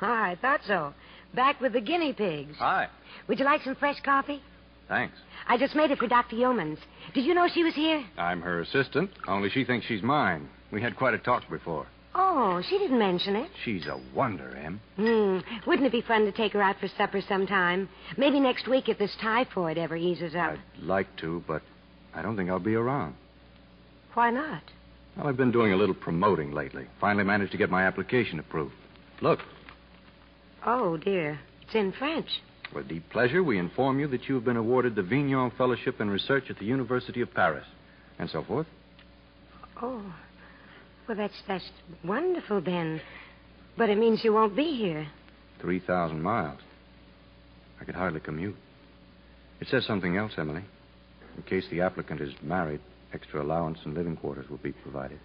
Ah, I thought so. Back with the guinea pigs.
Hi.
Would you like some fresh coffee?
Thanks.
I just made it for Dr. Yeomans. Did you know she was here?
I'm her assistant, only she thinks she's mine. We had quite a talk before.
Oh, she didn't mention it.
She's a wonder, Em.
Hmm. Wouldn't it be fun to take her out for supper sometime? Maybe next week if this typhoid ever eases up.
Like to, but I don't think I'll be around.
Why not?
Well, I've been doing a little promoting lately. Finally managed to get my application approved. Look,
Oh, dear. It's in French.
with deep pleasure, we inform you that you have been awarded the Vignon Fellowship in Research at the University of Paris, and so forth.
Oh. Well, that's, that's wonderful, Ben. But it means you won't be here.
3,000 miles. I could hardly commute. It says something else, Emily. In case the applicant is married, extra allowance and living quarters will be provided.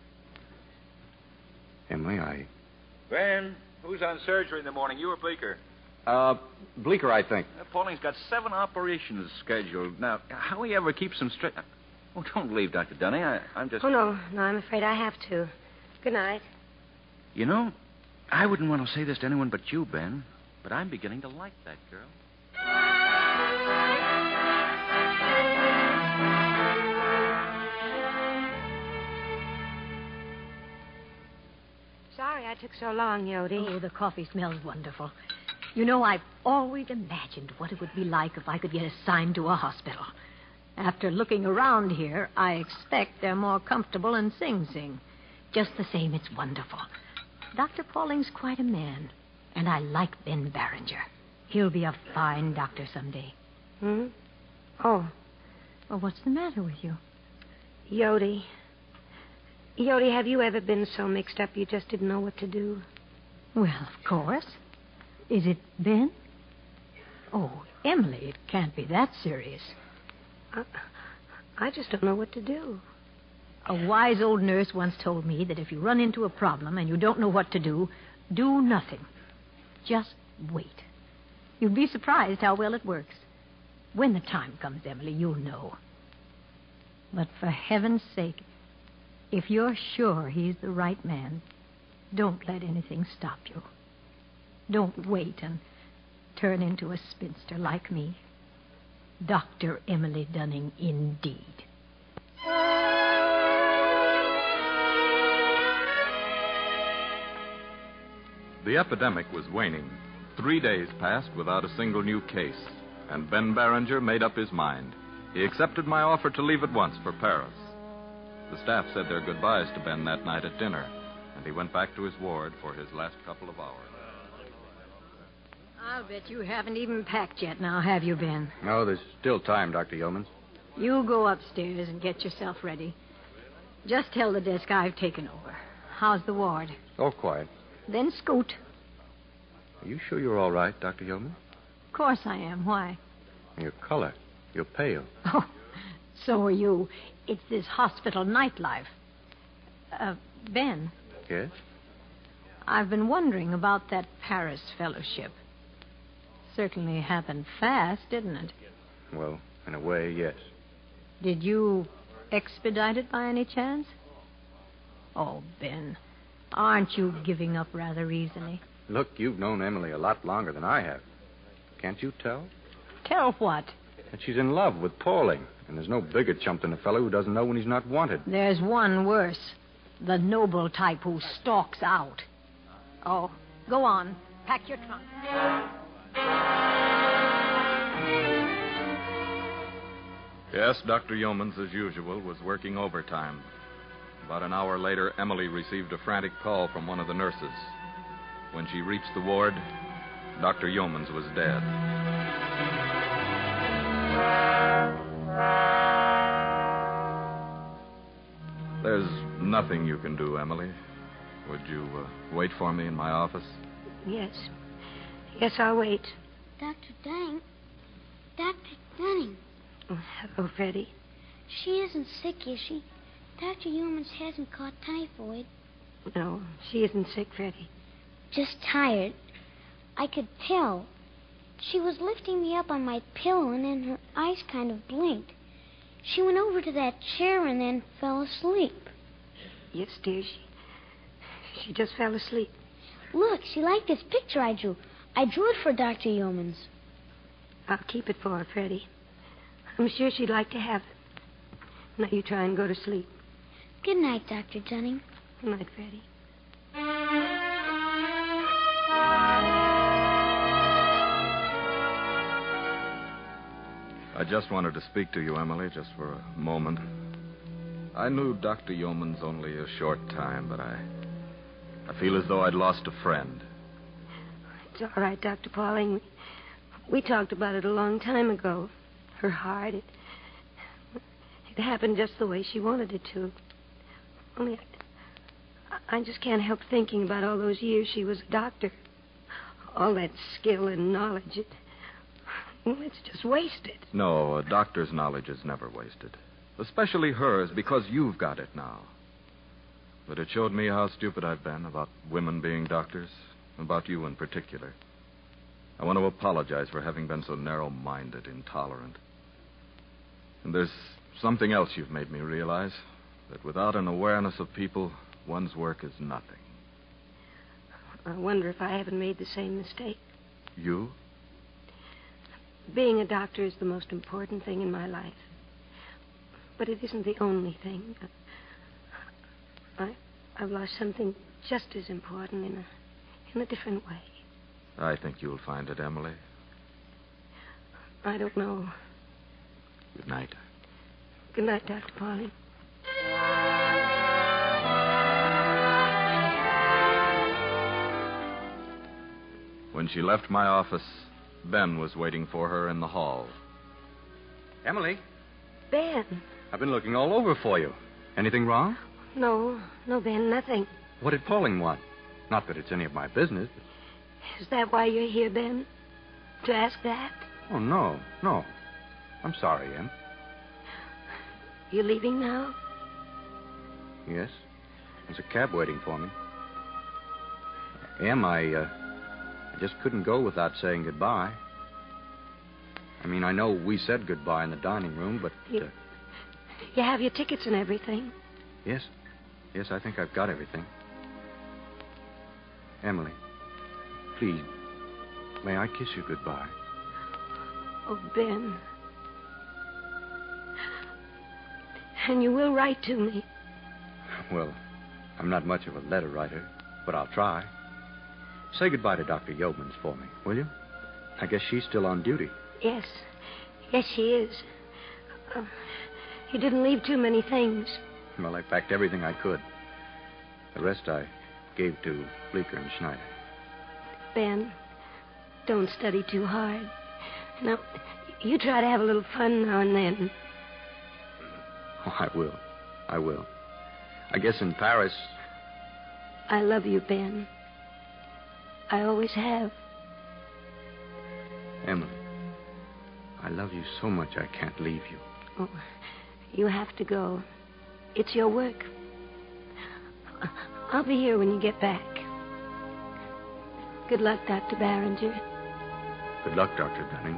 Emily, I.
Ben, who's on surgery in the morning? You or Bleeker?
Uh, Bleeker, I think.
Uh,
Pauling's got seven operations scheduled. Now, how he ever keeps them straight. Oh, don't leave, Dr. Dunning. I, I'm just.
Oh, no. No, I'm afraid I have to. Good night.
You know, I wouldn't want to say this to anyone but you, Ben, but I'm beginning to like that girl.
Sorry I took so long, Yodi.
Oh, the coffee smells wonderful. You know, I've always imagined what it would be like if I could get assigned to a hospital. After looking around here, I expect they're more comfortable in Sing Sing. Just the same, it's wonderful. Dr. Pauling's quite a man, and I like Ben Barringer. He'll be a fine doctor someday.
Hmm? Oh,
Well, what's the matter with you?
Yodi. Yodi, have you ever been so mixed up you just didn't know what to do?
Well, of course. Is it Ben? Oh, Emily, it can't be that serious.
I, I just don't know what to do.
A wise old nurse once told me that if you run into a problem and you don't know what to do, do nothing. Just wait. You'd be surprised how well it works. When the time comes, Emily, you'll know. But for heaven's sake, if you're sure he's the right man, don't let anything stop you. Don't wait and turn into a spinster like me. Dr. Emily Dunning, indeed.
The epidemic was waning. Three days passed without a single new case, and Ben Barringer made up his mind. He accepted my offer to leave at once for Paris. The staff said their goodbyes to Ben that night at dinner, and he went back to his ward for his last couple of hours.
I'll bet you haven't even packed yet now, have you, Ben?
No, there's still time, Dr. Yeomans.
You go upstairs and get yourself ready. Just tell the desk I've taken over. How's the ward?
Oh, quiet.
Then scoot.
Are you sure you're all right, Dr. Yeomans?
Of course I am. Why?
Your color. You're pale.
Oh, so are you. It's this hospital nightlife. Uh, ben,
Yes?
I've been wondering about that Paris fellowship. Certainly happened fast, didn't it?
Well, in a way, yes.
Did you expedite it by any chance? Oh, Ben, aren't you giving up rather easily?
Look, you've known Emily a lot longer than I have. Can't you tell?
Tell what?
That she's in love with Pauling, and there's no bigger chump than a fellow who doesn't know when he's not wanted.
There's one worse the noble type who stalks out. Oh, go on. Pack your trunk.
Yes, Dr. Yeomans, as usual, was working overtime. About an hour later, Emily received a frantic call from one of the nurses. When she reached the ward, Dr. Yeomans was dead. There's nothing you can do, Emily. Would you uh, wait for me in my office?
Yes. Yes, I'll wait.
Dr. Dunning? Dr. Dunning,
Oh, Freddie.
she isn't sick, is she? Dr. Humans hasn't caught typhoid.
No, she isn't sick, Freddie.
Just tired. I could tell. She was lifting me up on my pillow, and then her eyes kind of blinked. She went over to that chair and then fell asleep.
Yes, dear. She, she just fell asleep.
Look, she liked this picture I drew. I drew it for Dr. Yeomans.
I'll keep it for her, Freddie. I'm sure she'd like to have it. Now you try and go to sleep.
Good night, Dr. Dunning.
Good night, Freddie.
I just wanted to speak to you, Emily, just for a moment. I knew Dr. Yeomans only a short time, but I. I feel as though I'd lost a friend.
It's all right, Dr. Pauling. We talked about it a long time ago. Her heart, it, it happened just the way she wanted it to. Only I, I just can't help thinking about all those years she was a doctor. All that skill and knowledge, it, well, it's just wasted.
No, a doctor's knowledge is never wasted. Especially hers, because you've got it now. But it showed me how stupid I've been about women being doctors, about you in particular. I want to apologize for having been so narrow minded, intolerant. And there's something else you've made me realize that without an awareness of people, one's work is nothing.
I wonder if I haven't made the same mistake.
You?
Being a doctor is the most important thing in my life. But it isn't the only thing. I, I've lost something just as important in a, in a different way.
I think you'll find it, Emily.
I don't know.
Good night.
Good night, Dr. Pauling.
When she left my office, Ben was waiting for her in the hall.
Emily,
Ben,
I've been looking all over for you. Anything wrong?
No, no, Ben, nothing.
What did Pauling want? Not that it's any of my business.
Is that why you're here, Ben? To ask that?
Oh, no, no. I'm sorry, Em.
You leaving now?
Yes. There's a cab waiting for me. Em, I, uh, I just couldn't go without saying goodbye. I mean, I know we said goodbye in the dining room, but
You,
uh,
you have your tickets and everything.
yes. Yes, I think I've got everything. Emily, please, may I kiss you goodbye?
Oh, Ben. And you will write to me.
Well, I'm not much of a letter writer, but I'll try. Say goodbye to Dr. Yeomans for me, will you? I guess she's still on duty.
Yes. Yes, she is. Uh, he didn't leave too many things.
Well, I packed everything I could. The rest I gave to Bleeker and Schneider.
Ben, don't study too hard. Now, you try to have a little fun now and then.
Oh, I will. I will. I guess in Paris,
I love you, Ben. I always have.
Emily, I love you so much I can't leave you.
Oh, you have to go. It's your work. I'll be here when you get back. Good luck, Dr. Barringer.
Good luck, Dr. Dunning.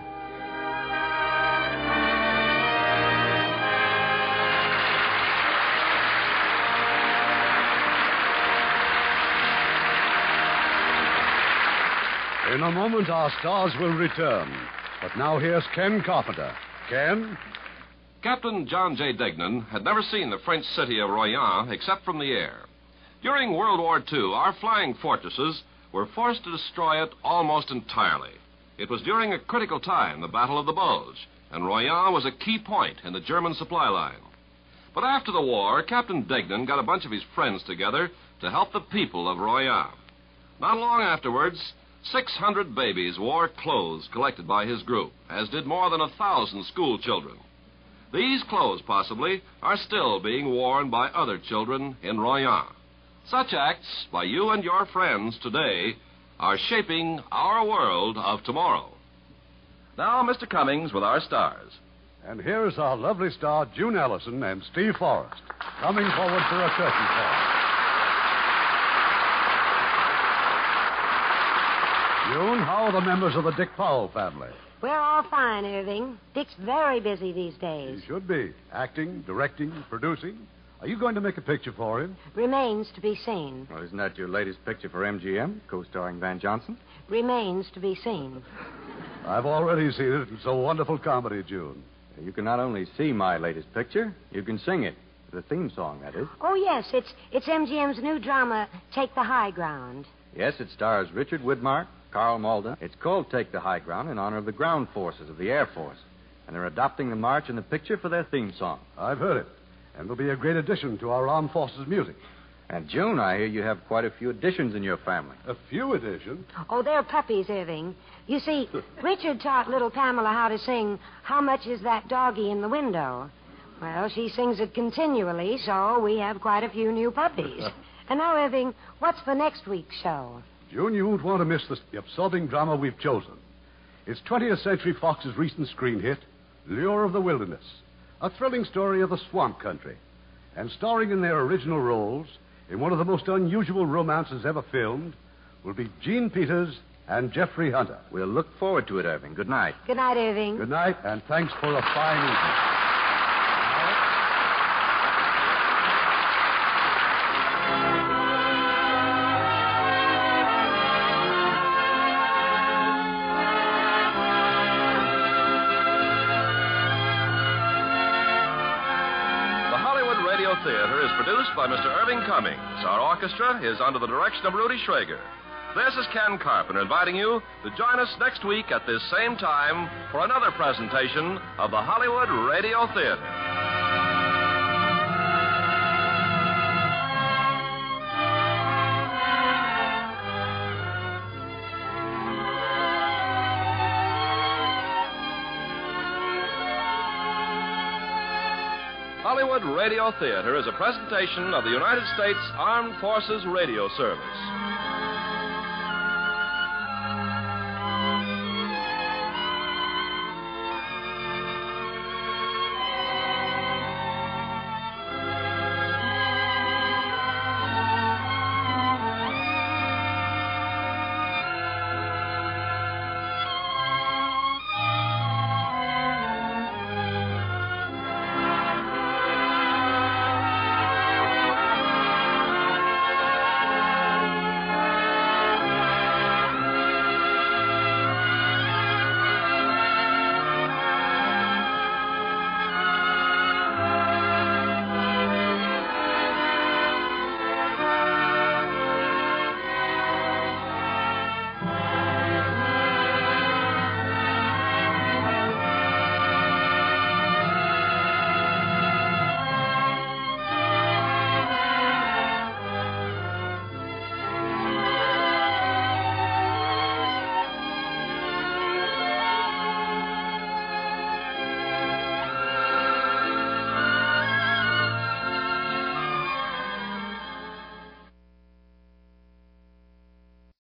In a moment, our stars will return. But now here's Ken Carpenter. Ken?
Captain John J. Degnan had never seen the French city of Royan except from the air. During World War II, our flying fortresses were forced to destroy it almost entirely. It was during a critical time, the Battle of the Bulge, and Royan was a key point in the German supply line. But after the war, Captain Degnan got a bunch of his friends together to help the people of Royan. Not long afterwards, 600 babies wore clothes collected by his group, as did more than a thousand school children. These clothes, possibly, are still being worn by other children in Royan. Such acts by you and your friends today are shaping our world of tomorrow. Now, Mr. Cummings with our stars.
And here's our lovely star, June Allison and Steve Forrest, coming forward for a curtain call. June, how are the members of the Dick Powell family?
We're all fine, Irving. Dick's very busy these days.
He should be. Acting, directing, producing. Are you going to make a picture for him?
Remains to be seen.
Well, isn't that your latest picture for MGM, co starring Van Johnson?
Remains to be seen.
I've already seen it. It's a wonderful comedy, June.
Uh, You can not only see my latest picture, you can sing it. The theme song, that is.
Oh, yes, it's, it's MGM's new drama, Take the High Ground.
Yes, it stars Richard Widmark, Carl Malden. It's called Take the High Ground in honor of the ground forces of the Air Force. And they're adopting the march in the picture for their theme song.
I've heard it. And it'll be a great addition to our armed forces music.
And June, I hear you have quite a few additions in your family.
A few additions?
Oh, they're puppies, Irving. You see, Richard taught little Pamela how to sing, How Much Is That Doggy in the Window? Well, she sings it continually, so we have quite a few new puppies. and now, Irving, what's for next week's show?
June, you won't want to miss this, the absorbing drama we've chosen. It's 20th Century Fox's recent screen hit, Lure of the Wilderness, a thrilling story of the swamp country, and starring in their original roles in one of the most unusual romances ever filmed will be Gene Peters and Jeffrey Hunter.
We'll look forward to it, Irving. Good night.
Good night, Irving.
Good night, and thanks for a fine evening.
The Hollywood Radio Theater is produced by Mr. Irving Cummings. Our orchestra is under the direction of Rudy Schrager. This is Ken Carpenter inviting you to join us next week at this same time for another presentation of the Hollywood Radio Theater. Hollywood Radio Theater is a presentation of the United States Armed Forces Radio Service.